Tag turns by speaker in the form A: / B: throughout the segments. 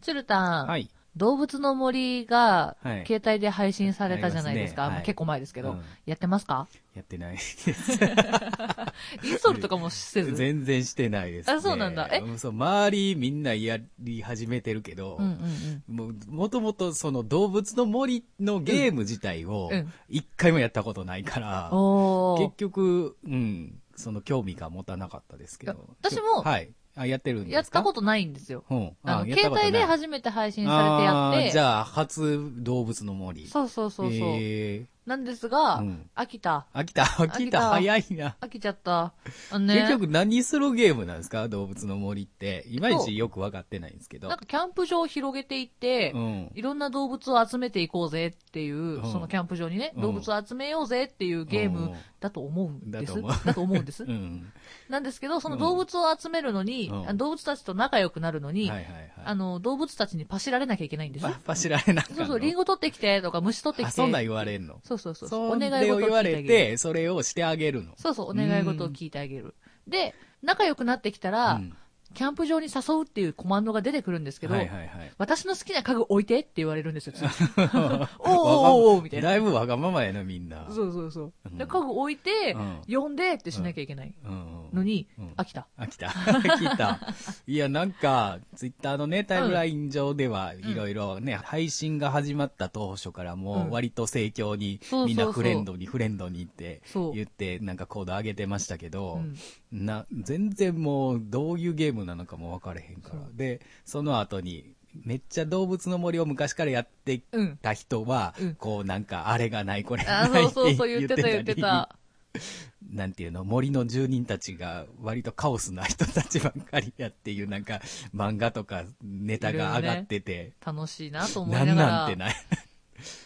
A: 鶴田、
B: はい。
A: 動物の森が、
B: はい
A: 携帯で配信されたじゃないですか。
B: ありますね
A: まあ
B: はい
A: 結構前ですけど、
B: うん
A: やってますか
B: やってない。
A: インストールとかもせず。
B: 全然してないです、ね。
A: あそうなんだえ
B: うそう、周りみんなやり始めてるけど、
A: うんうんうん。
B: もうもともとその動物の森のゲーム自体を
A: うん
B: 一回もやったことないから、
A: おー
B: 結局、うん、その興味が持たなかったですけ
A: いや
B: ど。
A: 私も
B: はい。あ、やってるんで
A: やっ
B: すか
A: たことないんですよ。
B: うん。
A: あの、
B: やった
A: 携
B: ことない
A: 帯で初めて配信されてやって
B: あー、じゃあ、初動物の森。
A: そうそうそうそう。
B: え
A: なんですが、
B: うん
A: 飽きた。
B: ー、飽きた、飽
A: 飽き
B: き
A: た
B: た、早いな。
A: 飽きちゃった。あのね、
B: 結局何するゲームなんですか動物の森って。いまいちよく分かってないんですけど。
A: なんかキャンプ場を広げていって、
B: うん。
A: いろんな動物を集めていこうぜっていう、
B: ん
A: そのキャンプ場にね、
B: うん
A: 動物を集めようぜっていうゲームだと思うんです。
B: うんだと思う
A: だと思うんです
B: う。ん。
A: なんですけど、その動物を集めるのに、
B: うん
A: あの動物たちと仲良くなるの
B: は
A: に、
B: いはいはい。
A: あの、動物たちにパシられなきゃいけないんです
B: パ。ッパ知られなかった。
A: そうそう、リンゴ取ってきてとか虫取ってき
B: あ、
A: て。
B: そんなん言われんの
A: そうそうそう。
B: そ
A: お
B: んで
A: 願い事を聞いてあ
B: 言わ
A: げ
B: れ
A: る。
B: て、それをしてあげるの。
A: そうそう、お願い事を聞いてあげる。で、仲良くなってきたら、
B: うん
A: キャンプ場に誘うっていうコマンドが出てくるんですけど、
B: はいはいはい。
A: 私の好きな家具置いてって言われるんです よ、次おーおーおーお ーみたいな。
B: だいぶわがままやな、みんな。
A: そうそうそう
B: う。ん
A: で、家具置いて、
B: う
A: 呼んでってしなきゃいけない
B: うんうん
A: のに、
B: うん
A: 飽きた。
B: 飽きた。 飽きた。いや、なんか、ツイッターのね、タイムライン上では、いろいろね、配信が始まった当初から
A: う
B: も
A: ん、
B: 割と盛況に、
A: そうそうそう
B: みんなフレンドに、フレンドにって
A: そう
B: 言って、なんかコード上げてましたけ
A: う
B: ど、
A: ん
B: な、全然もう、どういうゲームなのかも分かれへんか
A: そ
B: ら。で、その後に、めっちゃ動物の森を昔からやって
A: うん
B: た人は、
A: うん
B: こうなんか、あれがない、これ
A: あ
B: が
A: ー、そ
B: ないう
A: そうそう、言ってた
B: り
A: 言ってた。
B: なんていうの、森の住人たちが割とカオスな人たちばっかりやっていう、なんか漫画とかネタが上がってて、
A: 楽しいなと思い
B: な
A: なが
B: ん
A: ら。
B: なん てない。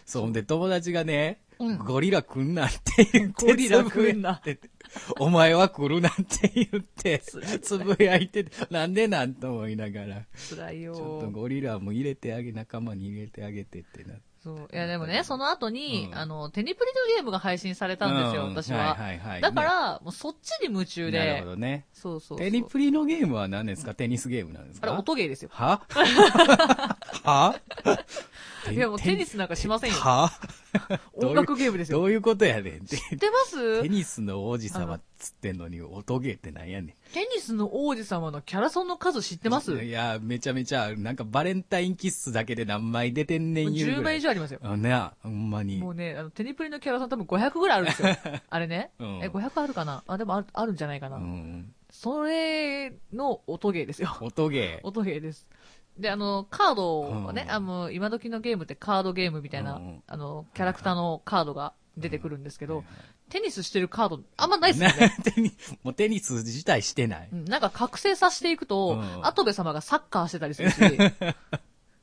B: そう、ほんで友達がね、
A: うん
B: ゴリラ来んなって言って、
A: ゴリラ来んな
B: つぶやいててお前は来るなって言って、つぶやいてて、なんでなんと思いながら、
A: 辛い
B: ちょっと
A: よ。
B: ゴリラも入れてあげ、仲間に入れてあげてってなって。
A: そう。いや、でもね、その後に、
B: うん
A: あの、テニプリのゲームが配信されたんですよ、
B: うん
A: 私は。
B: はいはいはい。
A: だから、もうそっちに夢中
B: ね、なる
A: で
B: ほ。どね。
A: そうそうそう。
B: テニプリのゲームは何ですかテニスゲームなんです
A: あれ、
B: か
A: 音ゲーですよ。
B: は はい
A: や、もうテニスなんかしませんよ。
B: はど
A: 音
B: ういう
A: 楽ゲームですよ。
B: どういうことやねんって。
A: 知ってます
B: テニスの王子
A: あ
B: 様
A: の
B: つってんのに、音ゲーってなんやねん。
A: テニスの王子様のキャラソンの数知ってますもう
B: いや、めちゃめちゃ、なんかバレンタインキッスだけで何枚出てんねん言う
A: ?10
B: ぐら
A: 倍以
B: い。
A: 上ありますよ。
B: あ、ねあほんまに
A: も。うね、あの、テニプリのキャラソン多分500ぐらいあるんですよ。あれね。
B: うん
A: え、500あるかなあ、でもある、あるんじゃないか
B: う
A: な。
B: ん。
A: それの音ゲーですよ。
B: 音ゲー。
A: 音ゲーです。で、あの、カードをね、
B: うん
A: あの、今時のゲームってカードゲームみたいな、
B: うん
A: あの、キャラクターのカードが出てくるんですけど、
B: うんはい
A: テニスしてるカード、あんまないですよ
B: な
A: ね。
B: テニもうテニス自体してない。
A: うんなんか覚醒させていくと、
B: うん
A: アトベ様がサッカーしてたりする し、え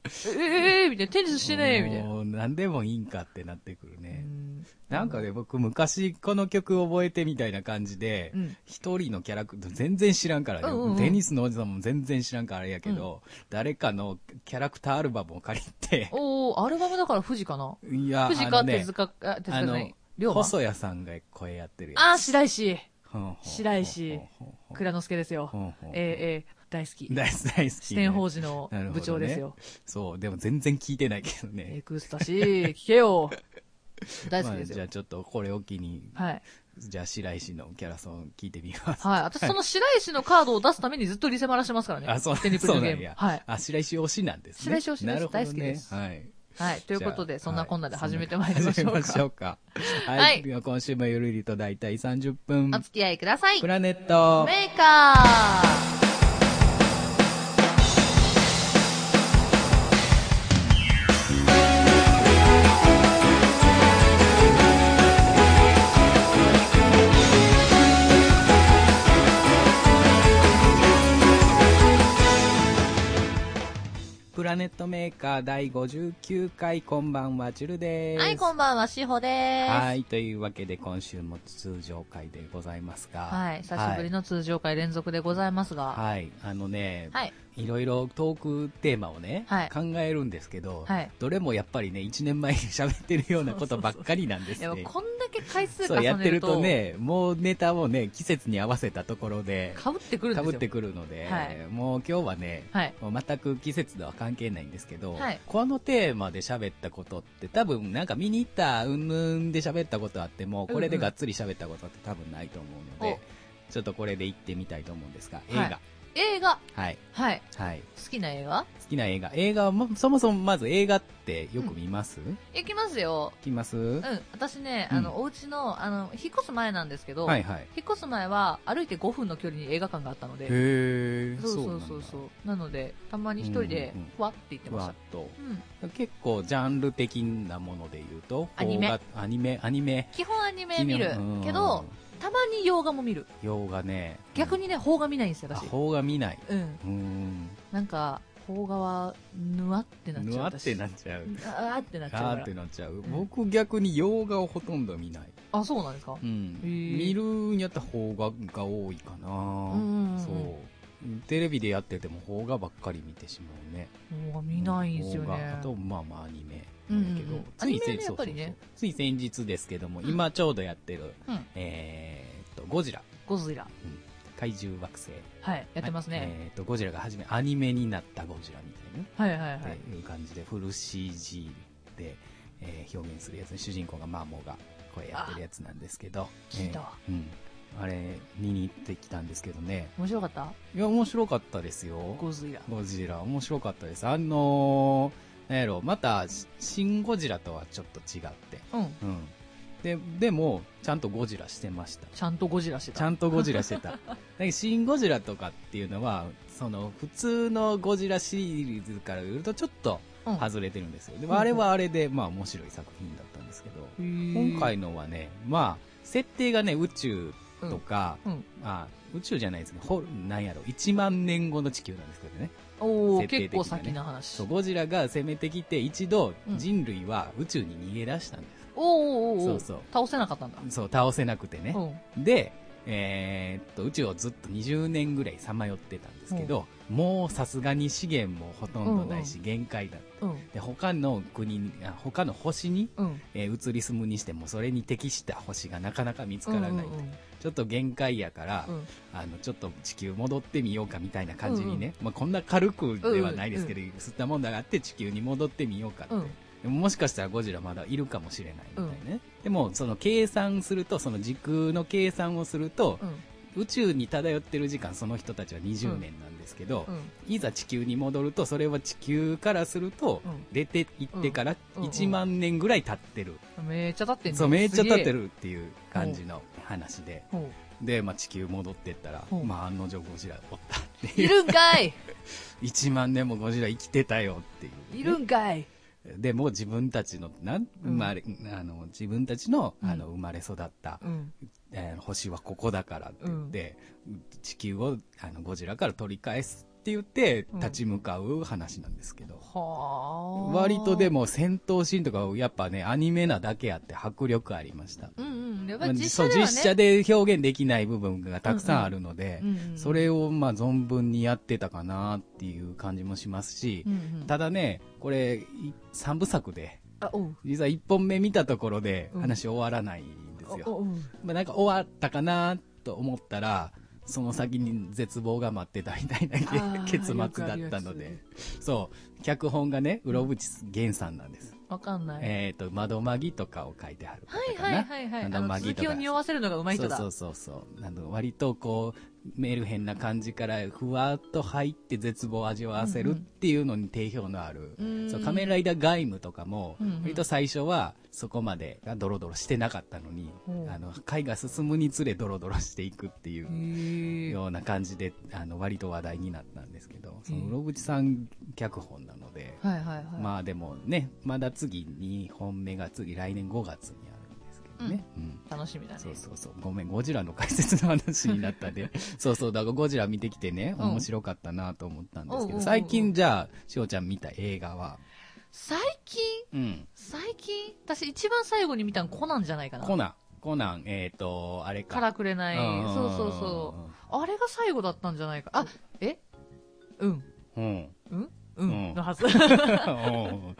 A: えー、みたいな、テニスしてねえみたいな。
B: もう何でもいいんかってなってくる
A: う
B: ね。
A: ん
B: なんかね、僕昔この曲覚えてみたいな感じで
A: うん、
B: 一、人のキャラクター、全然知らんからね、
A: うんうんうん
B: テニスのおじさんも全然知らんからあれやけど、誰かのキャラクターアルバムを借りて、
A: おー、アルバムだから富士かな。
B: いや、
A: 藤
B: あ
A: か
B: の
A: 手
B: ね、
A: 塚、あ、手塚じゃ
B: あ
A: な
B: の
A: い。龍、馬。
B: 細谷さんが声やってるや
A: あー、白石。
B: つほんほんほんほん。
A: 白石
B: ほんほんほん
A: 蔵之介ですよ
B: ほんほん。
A: えー、えー、大好き。
B: 大好き、大好き、
A: 四天王寺の
B: なるほどね
A: 部長ですよ。
B: そう、でも全然聞いてないけどね。
A: エクスタシー、聞け よ。大好きです
B: まあじゃ
A: よ
B: あ。ちょっとこれを機に、
A: はい。
B: じゃあ白石のキャラソン聞いてみます。
A: はい。私、その白石のカードを出すためにずっとリセマラしてますからね。
B: あ、そう
A: テニプリ
B: そ
A: の
B: う
A: ゲ
B: な
A: ー
B: ん
A: ム
B: や。。
A: はい。
B: あ、白石推しなんですね。
A: 白石推しです
B: なるほどね
A: 大好きです
B: はい。
A: はい。ということ
B: じゃ
A: で、
B: あ
A: そんなこんなで
B: はい
A: 始めてまいりましょう
B: 始めまし
A: か。
B: ょうか。は い。
A: はい
B: では今週もゆるりと大体30分
A: お。付き合いください。
B: プ
A: メ
B: ラネット。
A: ーカー
B: プラネットメーカー第59回、こんばんは、ちゅるです。
A: はい、こんばんは、しほです。
B: はい。というわけで今週も通常回でございますが。
A: はい。久しぶりの通常会連続でございますが。
B: はい。はい。あのね、
A: はい。
B: いろいろトークテーマをね、
A: はい
B: 考えるんですけど、
A: はい
B: どれもやっぱりね、1年前に喋ってるようなことばっかりなんです
A: でも
B: ね。
A: こんだけ回数重
B: そう、やって
A: ね
B: る
A: る
B: と
A: と、
B: ね、もうネタをね、季節に合わせたところで、
A: かぶってくるん
B: か
A: です
B: ぶ
A: よ。
B: ってくるので、
A: はい
B: もう今日はね、
A: はい。
B: もう全く季節とは関係ないんですけど、
A: はい
B: このテーマで喋ったことって多分なんか見に行ったうんぬんで喋ったことあってもこれでがっつり喋ったことって多分ないと思うので、
A: お
B: ちょっとこれで行ってみたいと思うんですが映
A: はい
B: 画
A: 映画。
B: はい、
A: はい。
B: はい、
A: 好きな映画
B: 好きな映画映画はもそもそもまず映画ってよく見ます、
A: 行きますよ。
B: 見ます、
A: うん。私ね、
B: うん
A: あの、お家の、あの、引っ越す前なんですけど、
B: はいはいへ
A: 引っ越す前は歩いて5分の距離に映画館があったので、
B: え
A: そうそうそうそう。なので、たまに一人で
B: うんうんうん、
A: ふわって行って
B: ふ
A: まし。
B: わったと
A: うん。
B: 結構ジャンル的なもので言うと
A: アニメ
B: 邦画アニメアニメ
A: 基本アニメ見る
B: うん
A: けど、たまに洋画も見る。
B: 洋画ね
A: 逆にね、邦画見ないんですよ、
B: あ
A: 私。
B: 邦画見ない
A: うん。
B: うーん
A: なんか、邦画は、ぬわってなっち
B: ぬ
A: ゃう。
B: わってな
A: っ
B: っちゃう
A: あーってなっちゃう
B: あ
A: か
B: ー
A: ら
B: ってなっちゃう、
A: ん
B: 僕逆に洋画をほとんど見ない、
A: あ、そうなんですか
B: うん
A: へー
B: 見るんやったら邦画が多いかな、
A: んうんうん
B: そうテレビでやってても邦画ばっかり見てしまうね
A: もう見ないんですよ
B: 邦画
A: ね
B: あ。とまあまあアニメ
A: うんうん
B: だけど、
A: アニメはね
B: 先
A: やっぱりね
B: そうそうそうつい先日ですけども、今ちょうどやってる、
A: うん
B: えーっとゴジラ
A: ゴズイラ。
B: 怪獣惑星
A: はい、やってますね。
B: えーっとゴジラが初めアニメになったゴジラみたいなね
A: はいはいは
B: っ
A: い。
B: ていう感じで、フル CG で、えー表現するやつ、主人公がマーモが声やってるやつなんですけど、
A: あ聞いたわ
B: えーうん。あれ、見に行ってきたんですけどね。
A: 面白かった
B: いや、面白かったですよ。
A: ゴズイラ。
B: ゴジラ、面白かったです。あのー、なんやろ、また、しシン・ゴジラとはちょっと違って。
A: うん。
B: うん。で、でも、ちゃんとゴジラしてました。
A: ちゃんとゴジラしてた。
B: ちゃんとゴジラしてた。だけどシン・ゴジラとかっていうのは、その、普通のゴジラシリーズから言うと、ちょっと、
A: うん
B: 外れてるんですよ。で
A: うん
B: あれはあれで、まあ面白い作品だったんですけど、今
A: 今
B: 回のはね、まあ、設定がね、宇宙とか、
A: うんうん
B: あ宇宙じゃないですね、ほなんやろ、1万年後の地球なんですけどね。
A: おお
B: 設定的
A: 結
B: にね
A: 構先の話
B: そう、ゴジラが攻めてきて、一度
A: うん
B: 人類は宇宙に逃げ出したんです。
A: おーおーおー
B: そ
A: お
B: う
A: ー
B: そ
A: 倒
B: う
A: せなかったんだ
B: そう、倒せなくてね。
A: うん
B: で、えーっと、宇宙をずっと20年ぐらいさまよってたんですけど、もうさすがに資源もほとんどないし、限界だ。
A: うん
B: で、他の国に、あ他の星に
A: うん
B: えー移り住むにしてもそれに適した星がなかなか見つからない、
A: うんうん
B: ちょっと限界やから、
A: うん
B: あのちょっと地球戻ってみようかみたいな感じにね、まあ、こんな軽くではないですけど、吸ったもんだがあって地球に戻ってみようかって、
A: うん
B: でももしかしたらゴジラまだいるかもしれないみたいなね、でもその計算するとその時空の計算をすると、
A: うん
B: 宇宙に漂ってる時間その人たちは20年なんですけど、
A: うん
B: いざ地球に戻るとそれは地球からすると、
A: うん
B: 出て行ってから
A: うんうん
B: 1万年ぐらい経ってる、
A: めっちゃ立ってんね
B: そう、めっちゃ立って
A: す
B: るっていう感じの話で。
A: げえうん
B: で、まあ、地球戻ってったら、
A: うん
B: まあ、案の定ゴジラおったって
A: い
B: いう。
A: る んかい
B: 1万年もゴジラ生きてたよっていう。
A: いるんかい
B: で、もう自分たちの、なん、生
A: うん
B: まれ、あの、自分たちの、
A: うん
B: あの、生まれ育った、
A: うん
B: えー星はここだからって言って、地球を、あの、ゴジラから取り返すって言って、
A: うん
B: 立ち向かう話なんですけど。
A: はあ
B: 割とで
A: も
B: も戦闘シーンとかはやっぱね、アニメなだけあって迫力ありました。
A: うんうんやっ
B: ま
A: ぱ
B: あ
A: り
B: そ
A: 実
B: う
A: 写では
B: 実
A: ね
B: 写で表現できない部分がたくさんあるので、
A: うんうん
B: それをまあ存分にやってたかなっていう感じもしますし
A: う、んうん
B: ただね、これ3部作で、
A: あおう
B: 実は1本目見たところで
A: うん
B: 話終わらないんですよ。
A: おおう
B: まあ、なんか終わったかなと思ったら、その先に絶望が待ってたみたいなけ
A: あー
B: 結末だったの
A: よ
B: で、そう、脚本がね、うろぶち源さんなんです。
A: わかんない
B: えっ、と、窓まぎとかを書いてはる方
A: はい
B: か
A: は
B: な。
A: いはいはいあ
B: 窓
A: の
B: まぎ
A: 続
B: と
A: きを
B: か。
A: 匂わせるのがうまい人だ
B: そうそうそうそうあの割とこうメルヘンな感じからふわっと入って絶望を味わわせるっていうのに定評のある、
A: うん
B: そう仮面ライダーガイムとかも、
A: うんうん
B: 割と最初はそこまでドロドロしてなかったのに、
A: うん
B: あの回が進むにつれドロドロしていくっていう
A: へえ
B: ような感じであの割と話題になったんですけどその
A: うん
B: 室伏さん脚本なので、
A: はいはいはい
B: まあでもねまだ次2本目が次来年5月にあるんですけどね。うん
A: 楽しみだね
B: そうそうそう。ごめん、ゴジラの解説の話になっ たで。そうそう、だからゴジラ見てきてね、
A: うん
B: 面白かったなと思ったんです
A: うんう
B: け
A: んう
B: ど、
A: ん
B: 最近じゃあ、しおちゃん見た映画は、
A: 最近
B: うん、
A: 最近私一番最後に見たのコナンじゃないかな。
B: コナン、コナン、えっ、と、あれか。
A: からくれない。
B: うん
A: そうそうそう。あれが最後だったんじゃないか。あ、えうん。
B: うん。
A: うんう
B: うん
A: ん。のは ず。
B: うん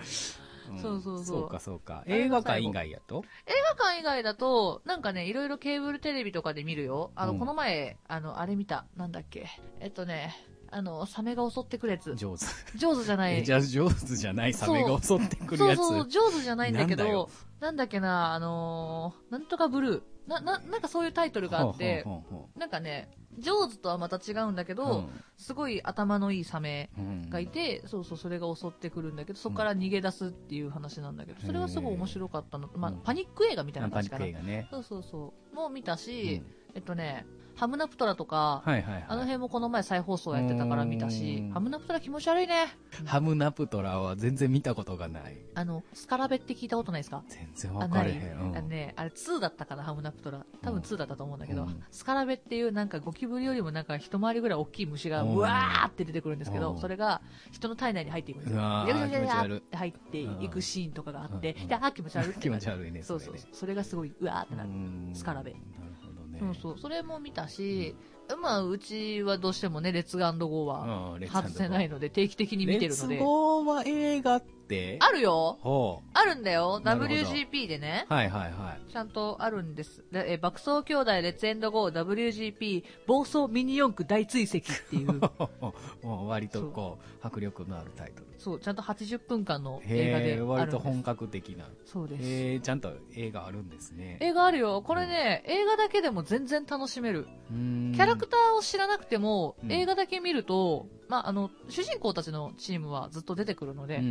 A: そうそうそう
B: そうか、そうか。映画館以外やと
A: 映画館以外だと、なんかね、いろいろケーブルテレビとかで見るよ。あの、
B: うん
A: この前、あの、あれ見た。なんだっけ。えっとね、あの、サメが襲ってくるやつ。
B: 上手。
A: 上手じゃな
B: え、
A: い。
B: じゃあ上手じゃないサメが襲ってくる
A: そう
B: やつ。
A: そう、上手じゃないんだけ
B: なんだ
A: ど
B: よ、
A: なんだっけな、あのーなんとかブルー。な、な、なんかそういうタイトルがあって、
B: ほうほ
A: なんかね、上手とはまた違うんだけ
B: う
A: ど、
B: ほうほ
A: すごい頭のいいサメ
B: ううん
A: がいて、そうそう、それが襲ってくるんだけど、そこから逃げ出すっていう話なんだけど、それはすごい面白かったの。まあ
B: うん、
A: パニック映画みたい
B: ナ
A: な
B: ンパ
A: 感じ
B: ニッ
A: か
B: ク
A: な
B: 映。画ね。
A: そうそうそう。もう見た
B: う
A: し、
B: ん
A: えっとね、ハムナプトラとか、
B: はいはいはい。
A: あの辺もこの前再放送やってたから見た
B: う
A: し
B: ん、
A: ハムナプトラ気持ち悪いね。
B: ハムナプトラは全然見たことがない。
A: あの、スカラベって聞いたことないですか
B: 全然
A: あ
B: わか
A: な
B: れ
A: い
B: へん。うん
A: あのね、あれ2だったかな、ハムナプトラ。多分2だったと思うんだけど、
B: うん
A: スカラベっていうなんかゴキブリよりもなんか一回りぐらい大きい虫が
B: うん
A: うわーって出てくるんですけど、
B: うん
A: それが人の体内に入っていくんですよ。
B: うわー
A: ぐちゃぐちゃぐちゃ
B: 気持ち悪い
A: って入っていくシーンとかがあって、
B: うん
A: で、あー気持ち悪いって。
B: 気持ち悪いね。
A: そうそうそう。それがすごい、うわーってなる。
B: ん
A: スカラベ
B: なるほどね。
A: そうそう。それも見たし、まあ、うちはどうしてもね、レッツゴーは
B: うん。レッツ
A: 外せないので、定期的に見てるの
B: レッ
A: で
B: ツ。ゴーは映画って
A: あるよ
B: ほ
A: あるんだよ
B: なるほど
A: !WGP でね。
B: う。はいはいはい。。
A: ちゃんとあるんです。でえー爆走兄弟レッツエンドゴー WGP 暴走ミニ四駆大追跡っていう
B: もう割とこう、迫力のあるタイトル。
A: そう、ちゃんと80分間の映画
B: へ
A: で
B: え、
A: あ
B: 割
A: る
B: と
A: んです
B: 本。格的な。
A: そうです。
B: へえ、ちゃんと映画あるんですね。
A: 映画あるよ。これね、映画だけでも全然楽しめる。
B: うーん
A: キャラクターを知らなくても、
B: うん
A: 映画だけ見ると、まあ、あの、主人公たちのチームはずっと出てくるので、
B: うん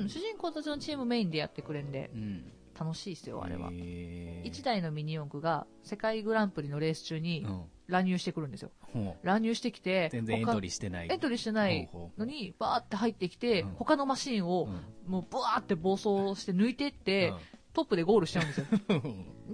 A: うん、主人公たちのチームメインでやってくれんで
B: うんうん。
A: 楽しいですよあれは、
B: へえ
A: 1台のミニ四駆が世界グランプリのレース中に
B: うん。
A: 乱入してくるんですよ
B: ほう。
A: 乱入してきて
B: 全然エント
A: リ
B: リーしてない。
A: エントリーしてない
B: ほうほう
A: のにバーって入ってきて、
B: うん
A: 他のマシンを
B: うん
A: もうブワーって暴走して抜いてって、
B: うん
A: トップでゴールしちゃうんで すよ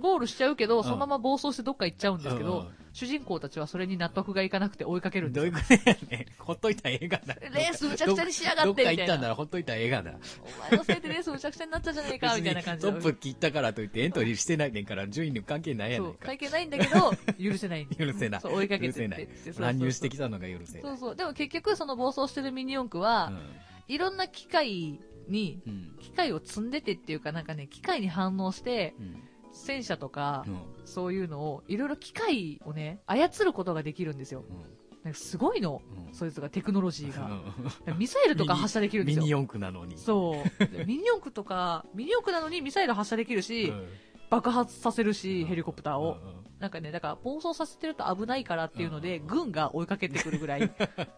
A: ゴールしちゃうけどそのまま暴走してどっか行っちゃうんですけど、
B: うんうん
A: 主人公たちはそれに納得がいかなくて追いかけるんで
B: ど
A: す
B: うい
A: よ
B: うことやねんほっといたらええがな。
A: レースむちゃくちゃにしやがって
B: ど
A: みた
B: っ
A: い
B: か行
A: な
B: ったんならほっといたらええがな。
A: お前のせいでレースむちゃくちゃになったじゃねえかみたいな感じで
B: 別に トップ切ったからといってエントリーしてないねんから順位に関係ないや
A: そ
B: ないうか
A: 関。係ないんだけど許せないんだよ
B: 許せない。
A: そう追いかけてって
B: 許せない
A: そうそう。そう
B: 乱入してきたのが許せな
A: そう
B: い。
A: そう。でも結局、その暴走してるミニ四駆は、いろんな機械に、
B: うんうん
A: 機械を積んでてっていうかなんかね、機械に反応して、
B: うん
A: 戦車とか
B: う、ん
A: そういうのを、いろいろ機械をね、操ることができるんですよ。なんかすごいの。
B: うん
A: そいつが、テクノロジー
B: う
A: が。
B: ん
A: ミサイルとか発射できるんで
B: ミ
A: す
B: ニ
A: よ。
B: 四駆なのに。
A: そう。 でミニ四駆とか、ミニ四駆なのにミサイル発射できるし、
B: う
A: 爆発させるし、
B: ん
A: ヘリコプターを。。
B: うん
A: なんかね、だから暴走させてると危ないからっていうので、
B: うん
A: 軍が追いかけてくるぐらい。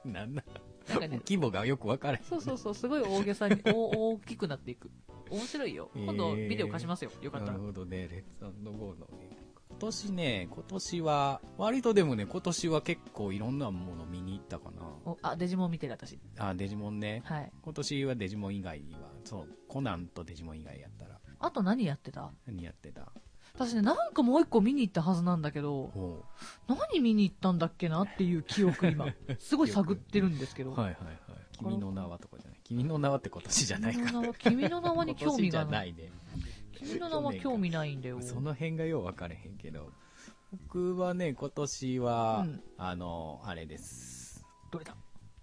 B: うんなんなん
A: なんかね、
B: 規模がよく分からへん。
A: そうそうそう、すごい大げさに、お大きくなっていく。面白いよ。今度
B: えー
A: ビデオ貸しますよ。よかった
B: な
A: ら
B: る。ほどね、レッツゴーのね。今年ね、今年は、割とでもね、今年は結構いろんなもの見に行ったか
A: おあ、デジモン見てる私。
B: な。あ、デジモンね。
A: はい。
B: 今年はデジモン以外は、そう、コナンとデジモン以外やったら、
A: あと何やってた
B: 何やってた
A: 私ね、なんかもう一個見に行ったはずなんだけど、
B: ほ
A: 何見に行ったんだっけなっていう記憶 今、すごい探ってるんですけ
B: う。
A: ど。
B: はいはいはい。君の名はとかじゃない。君の名はって今年じゃない
A: 君
B: か。
A: の名は、君の名はに興味
B: 今年じ
A: が
B: ゃ
A: な。
B: ないいね。
A: 君の名は興味ないんだよ。
B: その辺がよう分かれへんけど、僕はね、今年は、
A: うん
B: あの、あれです。
A: どれだ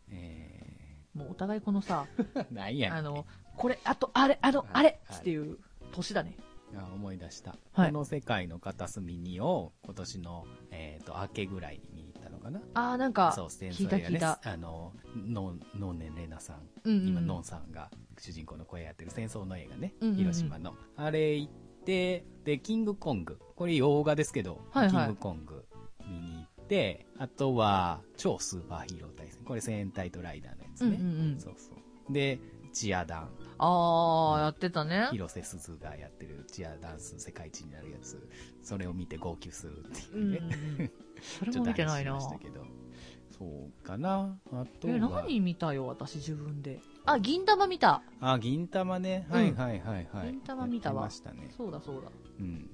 B: え
A: もうお互いこのさ、
B: ー、 なんやねん
A: あの、これ、あと、あれ、あの、あれ
B: はい
A: っていう年だね。
B: あ思い出した、
A: はい
B: この世界の片隅にを今年の、えー、と明けぐらいに見に行ったのかな
A: あー、なんか、
B: そうステン
A: 聞いた聞いた。
B: あのノンノンネンレナさん、
A: うんうん
B: 今ノンさんが主人公の声やってる戦争の映画ね、
A: うんうんうん
B: 広島のあれ行ってでキングコングこれ洋画ですけど、
A: はいはい
B: キングコング見に行ってあとは超スーパーヒーロー対戦これ戦隊とライダーのやつね、
A: うんうんうん
B: そうそうでチアダン
A: あー、やってたね。
B: 広瀬すずがやってるチアダンス世界一になるやつそれを見て号泣するって
A: う
B: いうん
A: う
B: ね、
A: ん。それ
B: ちょ
A: も
B: っと
A: 見て
B: 話
A: ない
B: し
A: な
B: ま。したけどそうかなあとは
A: え、何見たよ、私自分で。あ、銀玉見た。
B: あ銀玉ねはいはいはいはい、
A: 銀玉見たわ
B: やってましたね
A: そうだそうだ。
B: うん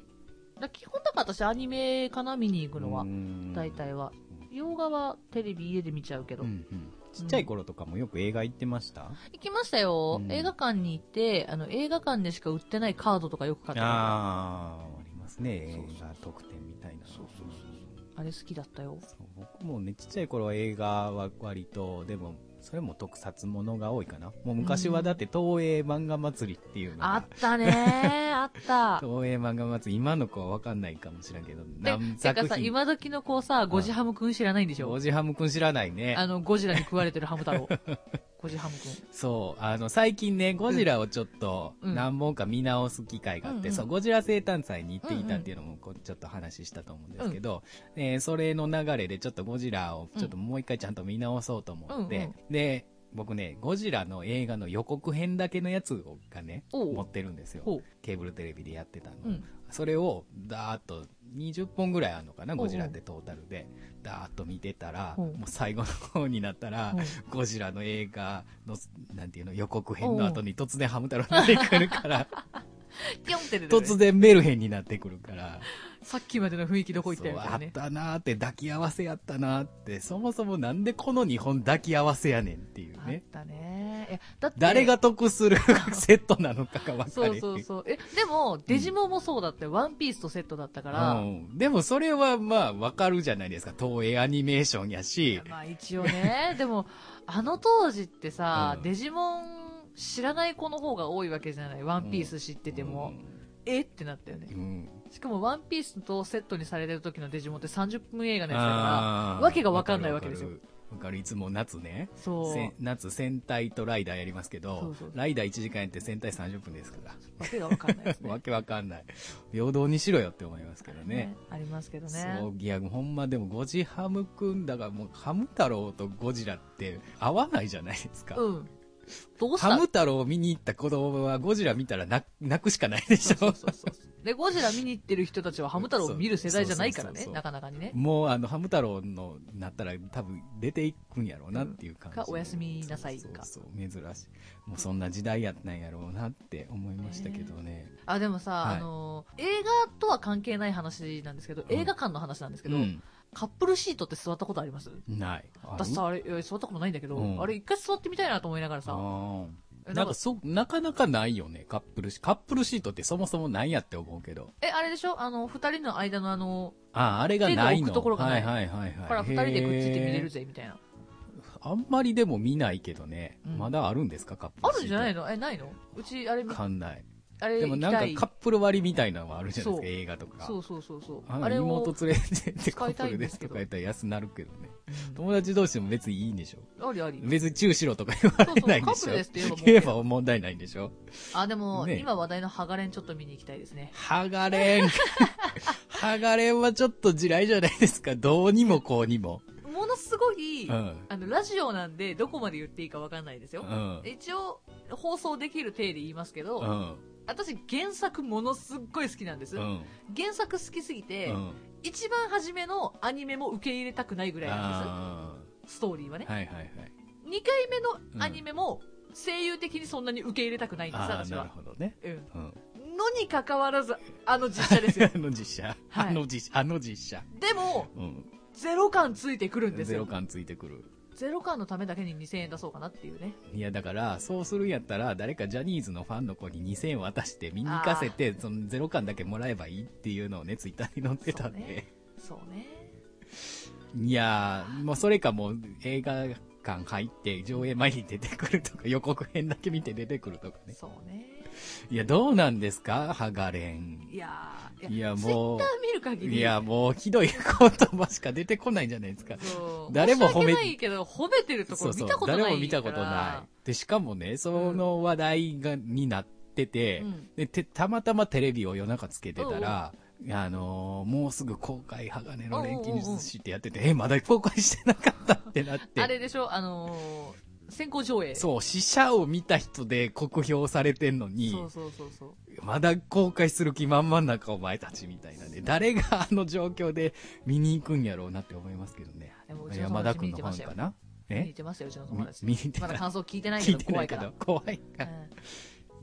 A: だ基本だから私アニメかな見に行くのは
B: う。ん
A: 大体は。洋画はテレビ家で見ちゃうけど。
B: うんうんちっちゃい頃とかもよく映画行ってました、
A: 行きましたよ、
B: うん
A: 映画館に行って、あの、映画館でしか売ってないカードとかよく買ってた。あ
B: ああありますね
A: そう
B: 映画特典みたいな
A: そうそうそうれ好きだったよ。
B: そう僕もねちっちゃい頃は映画は割とでもそれも特撮ものが多いかな。もう昔はだって東映漫画祭りっていうの
A: あ
B: が
A: っ、たね ー、あった。
B: 東映漫画祭り、今の子はわかんないかもしれんけど、
A: で
B: 何、
A: てか
B: 作
A: さ、
B: 品。
A: 今時の子さ、ゴジハムくん知らないんでしょ
B: おじはむくん知らないね。
A: あの、ゴジラに食われてるハム太 郎。ゴジハムくん。
B: そう、あの、最近ね、ゴジラをちょっと
A: うん
B: 何本か見直す機会があって、
A: うんうん
B: そう、ゴジラ生誕祭に行っていたっていうのも、こうちょっと話したと思うんですけど、えーそれの流れでちょっとゴジラをちょっともう一回ちゃんと見直そうと思って、
A: うん
B: で、僕ね、ゴジラの映画の予告編だけのやつをがね、
A: おう
B: 持ってるんですよ
A: ほう。
B: ケーブルテレビでやってたの。
A: うん。
B: それを、だーっと、20本ぐらいあるのかな、
A: おうおう
B: ゴジラってトータルで。だーっと見てたら、
A: おう
B: もう最後の方になったら、
A: うん
B: ゴジラの映画の、なんていうの、予告編の後に突然ハム太郎に出てくるから、
A: ピョンって 出てくる
B: 突然メルヘンになってくるから、
A: さっきまでの雰囲気どこ行ったよみ
B: そう
A: たいな
B: あっ
A: ね。
B: たなーって、抱き合わせやったなーって、そもそもなんでこの日本抱き合わせやねんっていう
A: あっ
B: ね。
A: たね。いや、だって。
B: 誰が得するセットなのかが分か
A: そ
B: れへ
A: うんそうそう。え、でも、デジモンもそうだって、ワンピースとセットだったから、
B: うんでもそれはまあ分かるじゃないですか。東映アニメーションやし、
A: まあ一応 ね、でも、あの当時ってさ、
B: うん
A: デジモン知らない子の方が多いわけじゃない。ワンピース知ってても、えってなったよね
B: う。ん、
A: しかもワンピースとセットにされてる時のデジモンって30分映画のやつだか
B: あー
A: わけがわかんないわけですよ
B: わかるわかるいつも夏ね。
A: ら、そう。
B: せん夏戦隊とライダーやりますけど
A: そうそう
B: ライダー1時間やって戦隊30分ですから、
A: わけがわかんないですね。
B: わけわかんない平等にしろよって思いますけどね
A: ねありますけど
B: そ
A: ね。
B: ういやほんまでもゴジハムくんだからもうハム太郎とゴジラって合わないじゃないですか、
A: うん。どうした
B: ハム太郎を見に行った子供はゴジラ見たら泣泣くしかないでしょ
A: そうそうそうそう。で、ゴジラ見に行ってる人たちはハム太郎を見る世代じゃないから
B: そう
A: ね、
B: そうそうそう
A: なかなかにね。
B: もうあのハム太郎のなったら多分出ていくんやろうなっていう感じ、
A: かおやすみなさいか
B: そうそうそう珍しいもうそんな時代やったんやろうなって思いましたけどね、
A: あ、でもさ、
B: はい
A: あのー、映画とは関係ない話なんですけど、
B: ん
A: 映画館の話なんですけど、
B: うん
A: カップルシートって座ったことあります
B: ないある
A: 私さ、あれ、いや座ったことないんだけど、
B: うん
A: あれ一回座ってみたいなと思いながら
B: あ
A: さ、
B: ー
A: えなん
B: な
A: ん
B: か
A: か、
B: そうなかなかないよねカップルシカップルシートってそもそもないやって思うけど
A: え、あれでしょあの、二人の間のあの、
B: あああれがない
A: 手
B: の
A: の置くところがない
B: はいはいはいはい
A: ほら二人でくっついて見れる
B: へー
A: ぜ、みたいな。
B: あんまりでも見ないけどね、
A: うん
B: まだあるんですかカップ
A: あ
B: ル
A: る
B: シート
A: んじゃない
B: の
A: のえ、ないのうち、あれ、
B: わかんない
A: あれ、
B: でもなんか
A: 行きたい
B: カップル割りみたいなのはあるじゃない
A: そう
B: ですか映画とか
A: そうそうそうそう。
B: あ
A: あれを、
B: 妹連れてって
A: 使
B: カッ
A: い
B: プ
A: たい
B: ル
A: ん
B: で
A: ですす
B: と
A: け
B: か
A: ど
B: 言ったら安なるけどね。
A: うん
B: 友達同士でも別にいいんでしょ
A: ありあり。
B: 別に中しろとか言われないんでし
A: そうそうカップ
B: ょ
A: ルですって言えばもう
B: 言えば問題ないんでしょ
A: あ、でも、
B: ね
A: 今話題のハガレンちょっと見に行きたいですね。
B: ハガレ ン。ハガレンはちょっと地雷じゃないですか。どうにもこうにも。
A: ものすごい、
B: うん。
A: あの、ラジオなんでどこまで言っていいかわかんないです
B: う
A: よ。
B: ん。
A: 一応、放送できる体で言いますけど、
B: うん。
A: 私原作ものすっごい好きなんです。
B: うん。
A: 原作好きすぎて、
B: うん。
A: 一番初めのアニメも受け入れたくないぐらいなん
B: あ
A: です。ストーリーはね
B: ー。はいはいはい。
A: 二回目のアニメも、声優的にそんなに受け入れたくないんです、
B: ああ、
A: 私
B: なる
A: は。
B: ほどね。
A: うん。
B: うん。
A: のに関わらず、あの実写ですよ
B: 。あの実写。
A: はい
B: あの実写。あの実写。
A: でも、
B: うん。
A: ゼロ感ついてくるんです
B: ゼロ
A: よ。
B: 感ついてくる。
A: ゼロ感のためだけに2000円出そうかなっていうね。
B: いや、だから、そうするんやったら、誰かジャニーズのファンの子に2000円渡して、見に行かせて、そのゼロ感だけもらえばいいっていうのをね、ツイッターに載ってたんで。
A: そうねそうね。
B: いやー、もうそれかもう映画館入って、上映前に出てくるとか、予告編だけ見て出てくるとかね。
A: そうね。
B: いや、どうなんですかハガレン。
A: いやー、
B: いや、も
A: ツイッター見る限
B: う、
A: り。
B: いや、もうひどい言葉しか出てこないじゃないですか。
A: そう、
B: 誰も褒め
A: 申し訳ないけど、褒めてるとこ
B: そう
A: ろ
B: そ
A: 見
B: う
A: たことないから。
B: 誰も見たことない。で、しかもね、その話題が、になってて、
A: うん
B: でて、たまたまテレビを夜中つけてたら、あのーもうすぐ公開鋼の錬金術師ってやってて、え、まだ公開してなかったってなって。
A: あれでしょ、あのー、先行上映。
B: そう、死者を見た人で酷評されてんのに、
A: そうそうそうそう。
B: まだ公開する気満々なんかお前たちみたいなね。誰があの状況で見に行くんやろうなって思いますけどね。
A: でもうちの
B: 山
A: 友
B: 田
A: 達見に
B: 君
A: 行
B: の
A: ってま
B: フ
A: し
B: ァ
A: たよ
B: ンか。な
A: 見に行
B: え
A: ってましたよ、うちの友達。
B: 見見に行って
A: ま
B: な
A: だ
B: い。
A: 感想聞いてない
B: 聞
A: け
B: い
A: ど
B: て
A: 怖
B: ない
A: い
B: け
A: から
B: ど。、怖いか
A: う
B: ら。
A: ん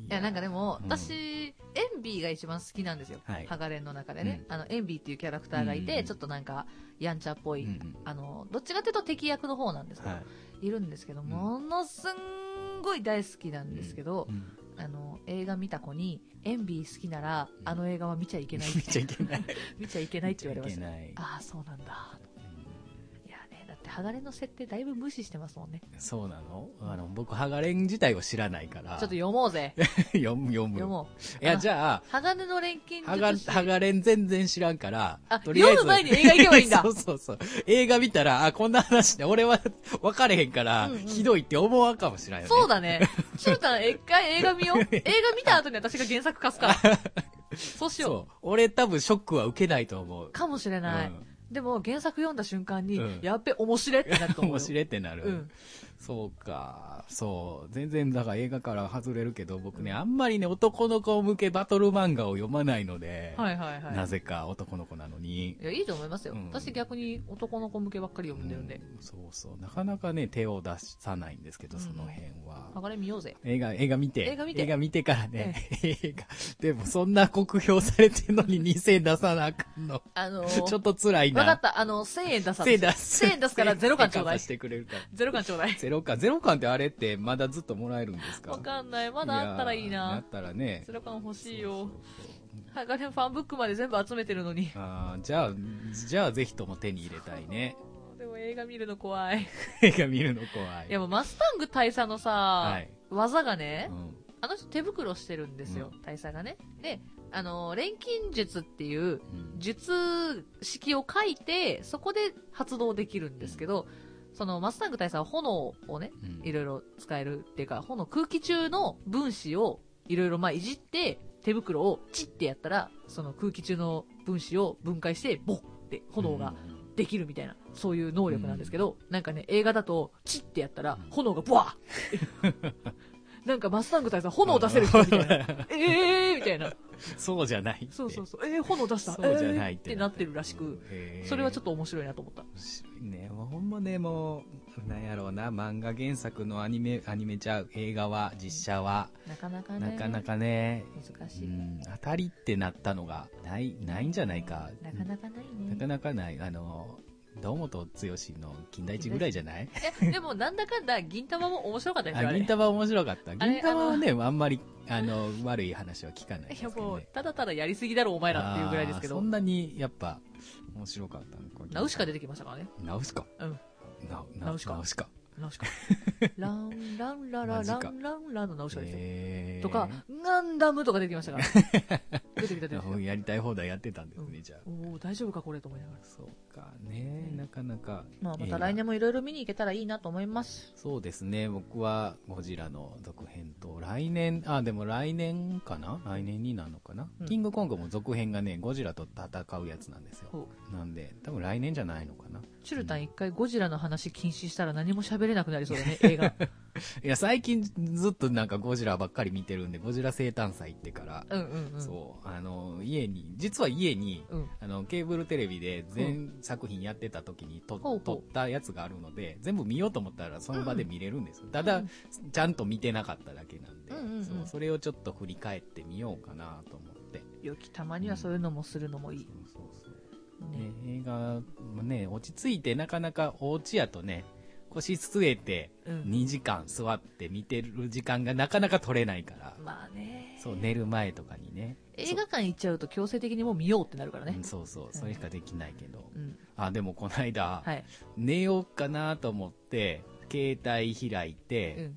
A: いや、なんかでも、
B: うん
A: 私、エンビーが一番好きなんですよ。
B: はい
A: ハガレンの中でね。あの、エンビーっていうキャラクターがい
B: うんうんう
A: て、
B: ん
A: ちょっとなんか、やんちゃっぽい、
B: うんうん
A: あの、どっちかっていうと敵役の方なんですけど、
B: はい
A: い、るんですけど、ものすんごい大好きなんですけど、
B: うん
A: あの、映画見た子に、エンビー好きなら、あの映画は見ちゃいけない。
B: 見ちゃいけない。
A: 見ちゃいけないって言われま
B: 見
A: し
B: ち
A: た
B: ゃいけない。
A: ああ、そうなんだ。いやね、だってハガレンの設定だいぶ無視してますもんね。
B: そうなのあの、僕、ハガレン自体を知らないか
A: ち
B: ら。
A: ょっと読もうぜ。
B: 読む、読む。
A: 読も
B: いや、じゃ
A: う。ハガレの錬金
B: あ、ハガ、
A: 術師。
B: ハガレン全然知らんから、
A: あ読む前に映画行けばいいんだ
B: そうそうそう。映画見たら、あ、こんな話ね、俺は分かれへんから、
A: うんうん
B: ひどいって思わんかもしれないよね。
A: そうだ ね。シュータン、一回映画見よう。映画見た後に私が原作貸す から。そうしよ
B: そう。俺多分ショックは受けないと思う
A: う。。かもしれない。
B: うん
A: でも、原作読んだ瞬間に、
B: うん
A: やっべ、面白いってなると思うよ。
B: 面白いってなる、
A: うん
B: そうか。そう。全然、だから映画から外れるけど、僕ね、あんまりね、男の子向けバトル漫画を読まないので、
A: はいはいはい。
B: なぜか男の子なのに。
A: いや、いいと思いますよ。
B: うん
A: 私逆に男の子向けばっかり読んでるんで。
B: うんそうそう。なかなかね、手を出さないんですけど、
A: うん
B: その辺は。
A: 剥がれ見ようぜ。
B: 映画、映画見て。
A: 映画見て
B: からね。 映画。でも、そんな酷評されてるのに2000出さなあかんの。
A: あ の
B: ちょっ
A: ー、
B: と辛いな。
A: わかった。あの、1000円出さ
B: 1000出す。
A: 1000円出すから0巻ちょうだい
B: 1000出してくれるから。
A: ゼロ感ちょうだい。
B: ゼロ巻、ゼロ巻ってあれってまだずっともらえるんですか
A: わかんない。まだあったらいい
B: やーあ
A: な
B: っ。たらね
A: ゼ。ロ感欲しい
B: そう
A: よ
B: そう。そう
A: 剥がれファンブックまで全部集めてるのに。
B: あーじゃあ、じゃあぜひとも手に入れた いね。
A: でも映画見るの怖い。
B: 映画見るの怖い。
A: いやもうマスタング大佐のさ、
B: はい
A: 技がね、
B: うん
A: あの人手袋してるんですよ、
B: う
A: 大佐がね。で、あのー、錬金術っていう
B: うん
A: 術式を書いて、そこで発動できるんですけど、そのマスタング大佐は炎をね、
B: うん
A: いろいろ使えるっていうか、炎空気中の分子をいろいろまあいじって、手袋をチッてやったら、その空気中の分子を分解して、ボッって炎ができるみたいな、そういう能力なんですけど、なんかね、映画だと、チッてやったら
B: うん、
A: 炎がブワーって なんかマスタング大佐、炎を出せる人みたいな。えーみたいな。
B: そうじゃないって。
A: そうそうそう。えー、炎出した。
B: そうじゃない
A: えーってなってるらしく、、それはちょっと
B: と。
A: 面白いなと思った。
B: 面白いね。もうほんまね、もう、なんやろうな、漫画原作のアニメ、アニメちゃう、映画は、実写は、
A: なかなか
B: な
A: ね。
B: かなかね、
A: 難し
B: う
A: い。
B: ん、当たりってなったのが、ない、ないんじゃないか。
A: なかなかない
B: なか
A: ね。
B: なかない。あの、堂本剛の金田一ぐらいじゃない
A: い や、でもなんだかんだ、銀玉も面白かったですよ、
B: あ、
A: あれ。
B: 銀
A: い
B: 玉面白かった。
A: あれ
B: 銀玉はね、あんまり、あの、悪い話は聞かないですけ
A: や、も
B: ど、
A: う
B: ね。、
A: ただただやりすぎだろ、お前らっていうぐらいですけ
B: あー
A: ど
B: そん。なに、やっぱ、面白かったのか
A: ナウシカ出てきましたからね。
B: ナウシカ
A: うん。
B: な
A: ナウシカ
B: ナウシカ。
A: ナ ウシカ。ラン、ラン、ララ、
B: マジ
A: ラ
B: か
A: ン、ラン、ランのナウシカですよ。
B: へー
A: とか、ガンダムとか出てきました から。出てきた、出てきた。
B: やりたい放題やってたんですね、
A: う
B: じゃあ。
A: おお大丈夫かこれと思いながら。
B: そうかね、なかなか。
A: まあ、ま
B: 映
A: た
B: 画
A: 来年もいろいろ見に行けたらいいなと思います。
B: そうですね、僕はゴジラの続編と、来年、あ、でも来年かな来年になるのかな、
A: うん
B: キングコングも続編がね、ゴジラと戦うやつなんですよ。
A: そう
B: なんで、多分来年じゃないのかな。
A: チュルタン一回ゴジラの話禁止したら何も喋れなくなりそう だね、映画。
B: いや、最近ずっとなんかゴジラばっかり見てるんで、ゴジラ生誕祭行ってから、
A: うんうんうん。
B: そう、あの、家に、実は家に、
A: う。ん。
B: あの、ケーブルテレビで全作品やってた時に
A: ほ
B: と
A: うほう
B: 撮ったやつがあるので、全部見ようと思ったらその場で見れるんですよ。た
A: う
B: だ
A: ん、
B: ちゃんと見てなかっただけなんで、
A: うんうんうん
B: そうそれをちょっと振り返ってみようかなと思って。
A: 良きたまにはそういうのもするのもいい
B: そう。そうそう
A: ね。
B: ね映画もね、落ち着いてなかなかお家やとね、腰据えて
A: うん。
B: 2時間座って見てる時間がなかなか取れないから、
A: まあね。
B: そう、寝る前とかにね。
A: 映画館行っちゃうと強制的にもう見ようってなるから
B: う
A: ね
B: ん。そうそう、それしかできないけど。
A: うん。
B: あ、でもこの間、
A: はい。
B: 寝ようかなと思って、携帯開いうて、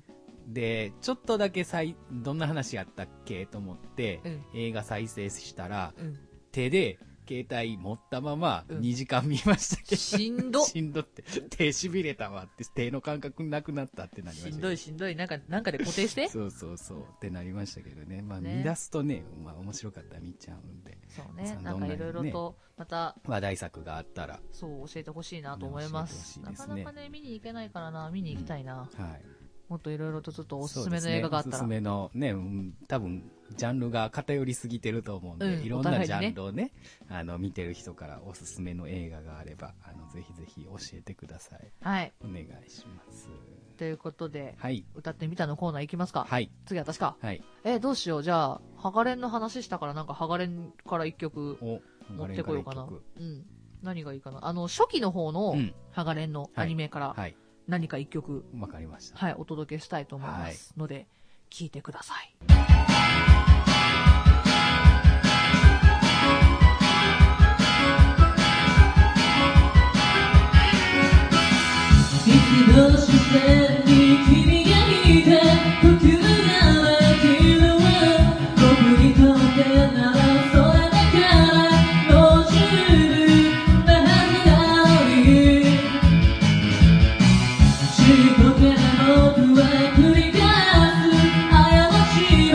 A: ん。
B: で、ちょっとだけ再、どんな話やったっけと思って、
A: うん
B: 映画再生したら、
A: うん。
B: 手で携帯持ったまま
A: うん
B: 2時間見ましたけど、
A: しんど
B: しんどって、手しびれたわって、手の感覚なくなったってなりました
A: し
B: け
A: んどいしんどい。なんか、なんかで固定 して。
B: そうそうそうってなりましたけどね。まあ
A: ね
B: 見出すとね、まあ面白かったら見ちゃうんで、
A: そうね
B: そ。んな
A: なんかいろいろと、また、
B: 話題作があったら、
A: そう、教えてほしいなと思います。
B: ね教えてほし
A: な
B: いです
A: か
B: ね
A: なかね、見に行けないからな、見に行きたいな。
B: はい。
A: もっといろいろとちょっとおす
B: そう
A: す
B: で
A: めの映画があった
B: ね、お
A: ら。
B: すすめのね、うん多分ジャンルが偏りすぎてると思うんで、
A: うん
B: いろん
A: お
B: な
A: 互い
B: ジ
A: にね
B: ャンルをねあの見てる人からおすすめの映画があればあのぜひぜひ教えてください
A: はい。
B: お願いします
A: ということで、
B: はい
A: 歌ってみたのコーナー行きますか。
B: はい
A: 次私か。
B: はい
A: えー、どうしよう。じゃあ、ハガレンの話したから、なんかハガレンから一曲、
B: お
A: 持ってこようかな
B: 流れら一曲
A: うん。何がいいかな。あの、初期の方の
B: うん
A: ハガレンのアニメから
B: はい
A: 何か一曲、
B: わかりました
A: はい、お届けしたいと思いますので、聞いてください。
C: の視線に君がいて呼吸ができる僕にとってならそれだからもう十分なはずだり「僕は繰り返す過ちは繰り返す」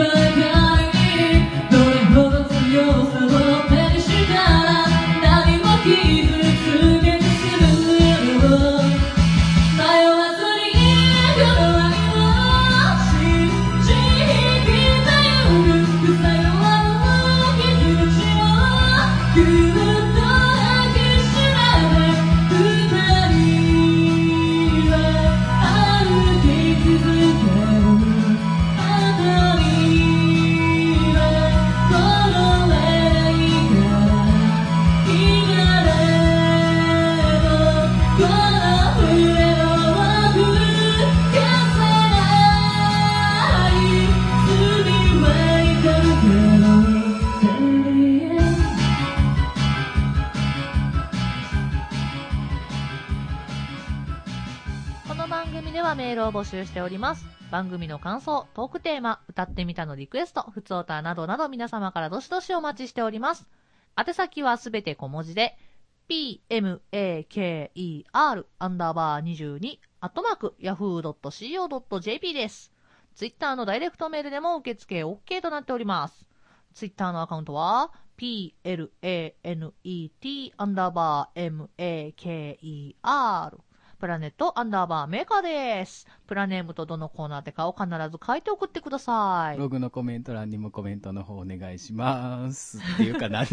C: 「どれほど強さを手にしたら何も傷つけずする」「迷わずにこの愛を信じ引きずる」「さよは傷口をぐっと抱きしめて二人」Yeah.
A: この番組ではメールを募集しております。番組の感想、トークテーマ、歌ってみたのリクエスト、ふつおたなどなど皆様からどしどしお待ちしております。宛先はすべて小文字で、pmaker アンダーバー22、アットマーク、yahoo.co.jp です。ツイッターのダイレクトメールでも受付 OK となっております。ツイッターのアカウントは、planet アンダーバー maker プラネットアンダーバーメーカーです。プラネームとどのコーナーでかを必ず書いて送ってください。
B: ログのコメント欄にもコメントの方お願いします。 っていうか、なん、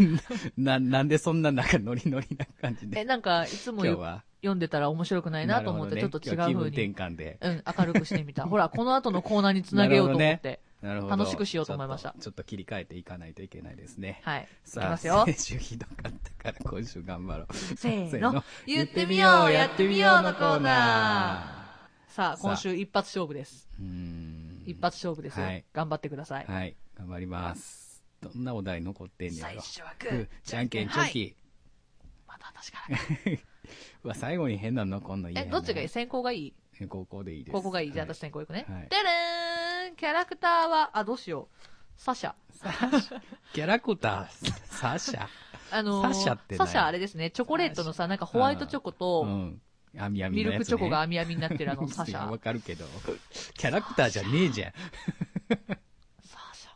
B: な、なんでそんななんかノリノリな感じ
A: え、
B: で、
A: なんか、いつも
B: 今日
A: よ
B: は。
A: 読んでたら面白くないなと思って、
B: な
A: ちょ
B: る
A: っ
B: ほ
A: と
B: ど
A: 違う
B: ね
A: 風に、
B: 今日気分転換で。
A: うん、明るくしてみた。ほら、この後のコーナーにつなげようと思って。
B: なるほど。
A: 楽しくしようと思いました
B: ちょっと。ちょっと切り替えていかないといけないですね。
A: はい。い
B: さ
A: き
B: あ、
A: ますよ
B: 先週ひどかったから今週頑張ろう。
A: せー
B: せ
A: の。
B: ーの
A: 言ってみよう、やってみようのコーナー。さあ、
B: あ
A: 今週一発勝負です。
B: ー。うーん。
A: 一発勝負ですよ。
B: はい
A: 頑張ってください。
B: はい。頑張ります。どんなお題残ってんねや
A: 最
B: ろ。
A: 初はグ
B: グ
A: ー
B: ー、じゃんけん、チョ
A: はい
B: キ。
A: また私から。
B: うわ、最後に変なの残んの嫌や
A: え、
B: な
A: どっちがいい先行がいい
B: 高校でいいです。
A: ここがいい。じゃあ
B: は
A: 私先行行くね。
B: はい
A: でれーんキャラクターは、あ、どうしよう。サシャ。
B: キャラクター、サシャ。
A: あのー
B: サシャって
A: サ
B: 何
A: シャあれですね、チョコレートのさ、なんかホワイトチョコ
B: う
A: と、
B: ん。あみあみ
A: ミ
B: の
A: ル
B: やつ、
A: ク
B: ね。
A: チョコが網みになってるあのサシ
B: いや
A: ャ
B: わ。かるけど。キャラクターじゃねえじゃん。
A: サシ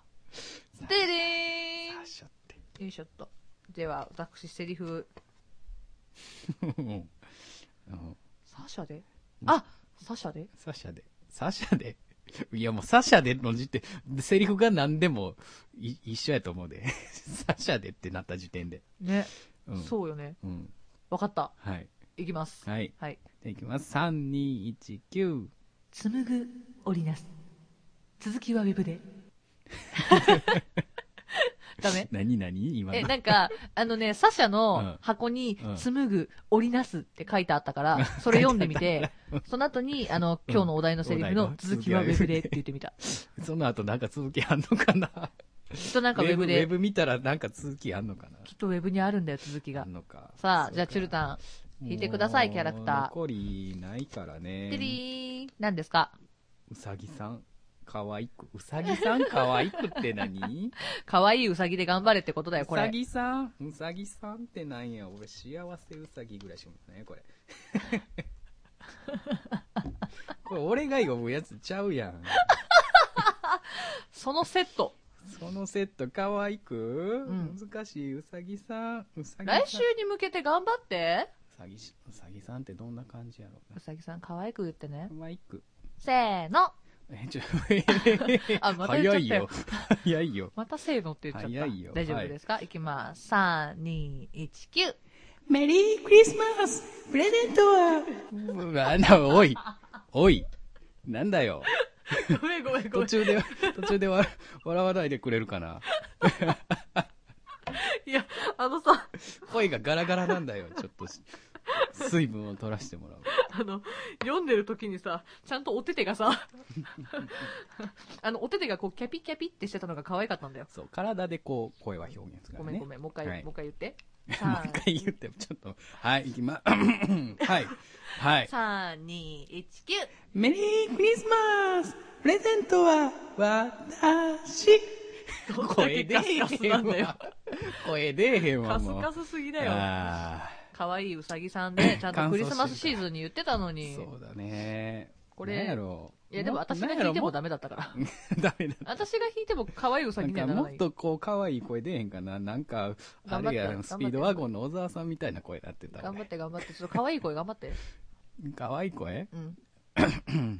A: ャ。でれー
B: サシャって。
A: んよいしょっと。では、私、セリフ、
B: うんうん
A: サシャであサシャで
B: サシャで。サシャで。いやもうサシャでの時点、セリフが何でもい一緒やと思うで。 サシャでってなった時点で。
A: ね、
B: うん。
A: そうよね。
B: う。ん。
A: わかった。
B: はい。
A: いきます。
B: はい。
A: はい。
B: じゃあいきます。3、2、1、9。
A: 紡ぐ織りなす。続きはウェブで。 ダメ
B: 何何今の。
A: え、なんか、あのね、サシャ
B: う
A: の
B: ん
A: 箱に
B: う、ん
A: 紡ぐ、織りなすって書いてあったから、それ読んでみて、その後に、あの、今日のお題のセリフ
B: う
A: の
B: ん
A: 続 きはウェブでって言ってみた。
B: その後なんか続きあんのかな
A: きっとなんかウェブ
B: ウェ
A: で、
B: ブ見たらなんか続きあんのかな
A: きっとウェブにあるんだよ、続き
B: あ
A: が
B: ん。のか。
A: さ
B: そう
A: あ、
B: か
A: じゃあ、チュルタン。弾いてください
B: もう
A: キャラクター
B: 残りないからね。
A: てりーん。何ですか
B: うさぎさん。かわいく。うさぎさんかわいくって何
A: 可愛いウサギで頑張れってことだよ、こ
B: うさ
A: れ。
B: ぎさん。うさぎさんってなんや。俺幸せうさぎぐらいしか思ってないよこれ。 これ俺が呼ぶやつちゃうやん。
A: そのセット。
B: そのセットかわいく、
A: うん
B: 難しいうさぎさん。うさぎさん。
A: 来週に向けて頑張って。
B: うさぎしうさぎさんってどんな感じやろう
A: ウ
B: な。
A: サギさん、可愛く言ってね。
B: マイク。
A: せーの。
B: え、ちょ、
A: あまた言っ
B: 早
A: ち
B: い
A: ゃったよ
B: よ。早いよ。
A: またせーのって言っちゃった。
B: 早いよ
A: 大丈夫ですか、い、きます。3、2、1、9。
B: メリークリスマスプレゼントはうわ、な、おい、おい、なんだよ。
A: ごめんごめんごめ
B: 途
A: ん。
B: 中で、途中でわ笑わないでくれるかな。
A: いや、あのさ、
B: 声がガラガラなんだよ、ちょっとし。水分を取らせてもらう。
A: あの、読んでる時にさ、ちゃんとお手手がさ、 あの、お手手がこう、キャピキャピってしてたのが可愛かったんだよ。
B: そう、体でこう、声は表現するか
A: ご
B: ら
A: めんご。
B: ね
A: めん。もう一回、
B: はい
A: もう一回言って。さ
B: 一回言って、ちょっと、はい、いきま、はい、はい。
A: 3、2、1、9。
B: メリークリスマスプレゼントは、私声出え
A: どんだけカスカス
B: へ
A: なん
B: ん
A: だよ
B: わ。声出えへんわ、
A: カス
B: もう。
A: カスすぎだよ。
B: あ
A: 可愛いウサギさん で、ちゃんと
B: 乾燥
A: クリスマス
B: して
A: シー
B: るから
A: ズンに言ってたの
B: あ、
A: に。
B: そうだね。
A: これ
B: なんやろ
A: いや、でも
B: っと
A: 私が
B: なんやろ
A: 弾いても
B: っ
A: ダメだったから。
B: ダメだ。
A: 私が弾いても可愛いウサ
B: な
A: ギ
B: ん
A: には
B: か
A: なら
B: も
A: な
B: っ
A: い。
B: とこう可愛い声出えへんかななんか、あれ
A: 頑張
B: や
A: って
B: スピードワゴンの小沢さんみたいな声になってたわ
A: 頑張って頑張って。ちょっと可愛い声頑張って。
B: 可愛い声
A: うん。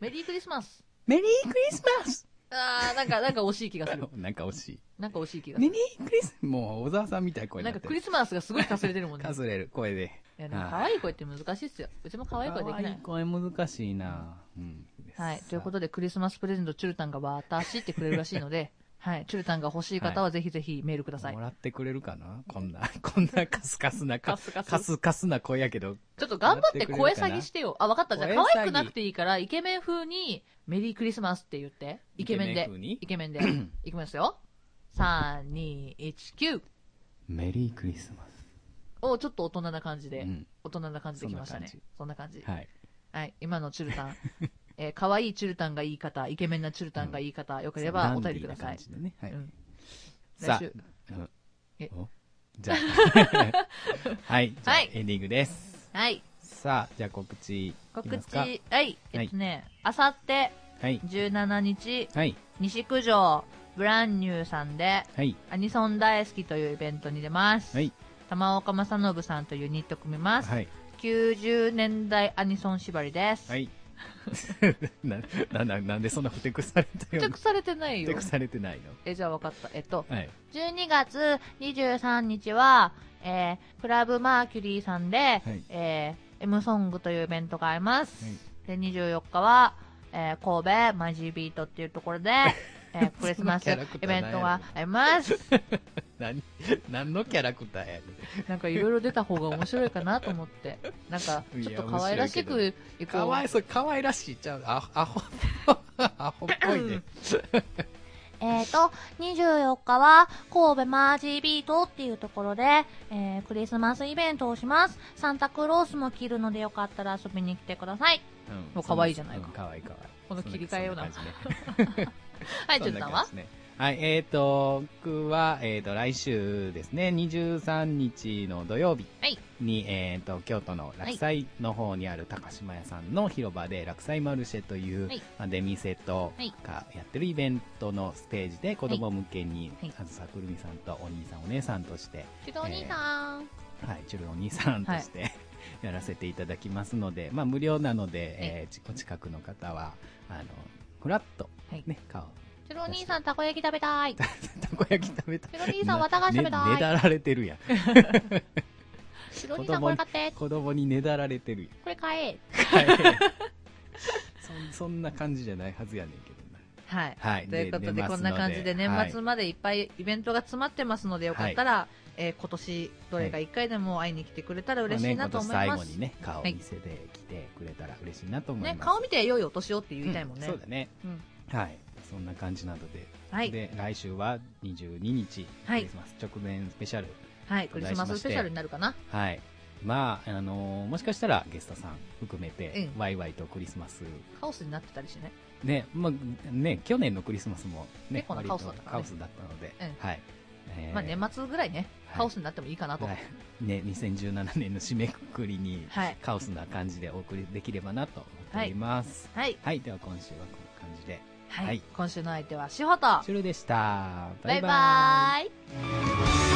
A: メリークリスマス。
B: メリークリスマス
A: あー、なんか、なんか惜しい気がする。
B: なんか惜し
A: なんか惜しい気
B: い。
A: がす
B: メ
A: る。
B: リークリスもう小沢さんみたいな声に
A: な
B: なんっ
A: か
B: て
A: ク
B: る
A: リ。スマスがすごいかすれてるもん ね
B: か。すれる、声で。
A: いやでも可愛い声って難しいっすよ。うちも可愛い声できな
B: 可愛
A: い。
B: 声難しいな、うん、
A: はい。ということとで、クリスマスプレゼント、チュルタンが私ってくれるらしいの で、はい。チュルタンが欲しい方はぜひぜひメールください。
B: もらってくれるかなこんな、こんなカスカスな、
A: カ
B: カ
A: ス
B: ス
A: カ
B: カ
A: ス
B: スな声やけど、
A: ちょっと頑張って声詐欺してよ。あ、わかった。じゃあ、
B: 声
A: 可
B: 詐欺
A: 愛くなくていいから、イケメン風に、メリークリスマスって言って。イケメンで。イ
B: イ
A: ケメ ンで。いきますよ。3、2、1、9。
B: メリークリスマス。
A: お、ちょっと大人な感じで。
B: うん
A: 大人な感じできましたね。そんな感じ。
B: はい。
A: はい。今のチュル タン。えー、可愛いチュルタンがいい方、イケメンなチュルタンがいい方、よければお便りください。
B: そうダンディーな感じでねはい
A: うん
B: さ
A: 来週
B: あ、うん
A: え
B: お じゃあ、はい、じゃあ
A: はい
B: エンディングです。
A: はい。
B: さあ、じゃあ告知いき
A: 告
B: ます
A: 知
B: か。、
A: はい。えっとね、あさって
B: はい、
A: 17日、
B: はい、
A: 西九条ブランニューさんで、
B: はい、
A: アニソン大好きというイベントに出ます。
B: はい、
A: 玉岡正信さんというユニット組みます。
B: はい、
A: 90年代アニソン縛りです。
B: はい。 な、な、ななんでそんなふてくされた
A: 付
B: よう
A: 着されてない
B: に。ふて
A: よ
B: く。されてないの
A: え、じゃあ分かった。えっと、
B: はい。
A: 12月23日は、えークラブマーキュリーさんで、えー M ソングというイベントがあります。
B: はい
A: で、24日は、えー神戸マジビートっていうところ で、えークリスマス
B: そ
A: イ
B: のキャラクター
A: ベントがあります。
B: 何、 何のキャラクターやねん。
A: なんかいろいろ出た方が面白いかなと思って。なんか、ちょっと可愛らし
B: いや面白
A: くいこ
B: かわ
A: う
B: い。そう、かわいらしいちゃう。あ、ア ホ、 アホっぽいね。
D: えっ、ー、と、24日は神戸マージービートっていうところで、えークリスマスイベントをします。サンタクロースも着るのでよかったら遊びに来てください。
A: も
B: も
A: う可愛いじゃないか
B: かわいいかわいい。
A: この切り替えような
B: そん感じね
A: はい、ちゅんさんは
B: そんな感じねはい、えっ、と、僕は、えっ、と、来週ですね、23日の土曜日
A: はい
B: に、えっ、と、京都の落西の方にある高島屋さんの広場で、落西マルシェという、
A: はい
B: まあ出店と
A: はい
B: かやってるイベントのステージで、子供向けに、
A: はい
B: あずさくるみさんとお兄さんお姉さんとして、
A: ちゅお兄さん。
B: はい、チュルお兄さんとして、 やらせていただきますので、まあ、無料なので、えーちお近くの方は、あの、ふらっと、
A: はい
B: ね、顔、
D: チュロ兄さんたこ焼き食べたい。
B: たこ焼き食べた
D: チュロ兄さん綿菓子食べた
B: ねね
D: い。
B: だられてるやん。
D: チュロ兄さんこれ買って。
B: 子供にねだられてる
D: これ買え。
B: や ん。はい。そん そんな感じじゃないはずやねんけどな。
A: はい。
B: はい。
A: ということ
B: 出
A: で、
B: ます
A: こ
B: の
A: んな感じで
B: は
A: 年
B: い
A: 末までいっぱいイベントが詰まってますので、よかったら、えー今年どれか1回でも会いに来てくれたら嬉しいなと思い
B: まあね今
A: ま
B: 年
A: す
B: 最後。にね、顔を
A: はい
B: 見せてきてくれたら嬉しいなと思います。
A: ね、顔見て良いお年をって言いたいもんね。
B: うんそうだね。
A: うん
B: はい。そんな感じなので、
A: はい。
B: で来週は22日、
A: はい
B: クリスマス直前スペシャル、
A: はい。クリスマススペシャルになるかな。
B: はいまああのーもしかしたらゲストさん含めて、
A: う
B: ワイワイとクリスマス、
A: カオスになってたりしてね。
B: ねまあね、去年のクリスマスも、ね
A: 結、構な
B: 割
A: カ
B: と
A: オスだったからね
B: カオスだったので、
A: うん
B: はいえー
A: まあ年末ぐらいね、
B: はい
A: カオスになってもいいかなと。
B: は
A: はい
B: ね、2017年の締めくく りに、
A: い。
B: カオスな感じでお送りできればなと思っております。
A: はい。
B: はい、では今週はこんな感じで、
A: は
B: はいい。
A: 今週の相手は、しほと。
B: シュルでした。
A: バイバーイ。
D: 「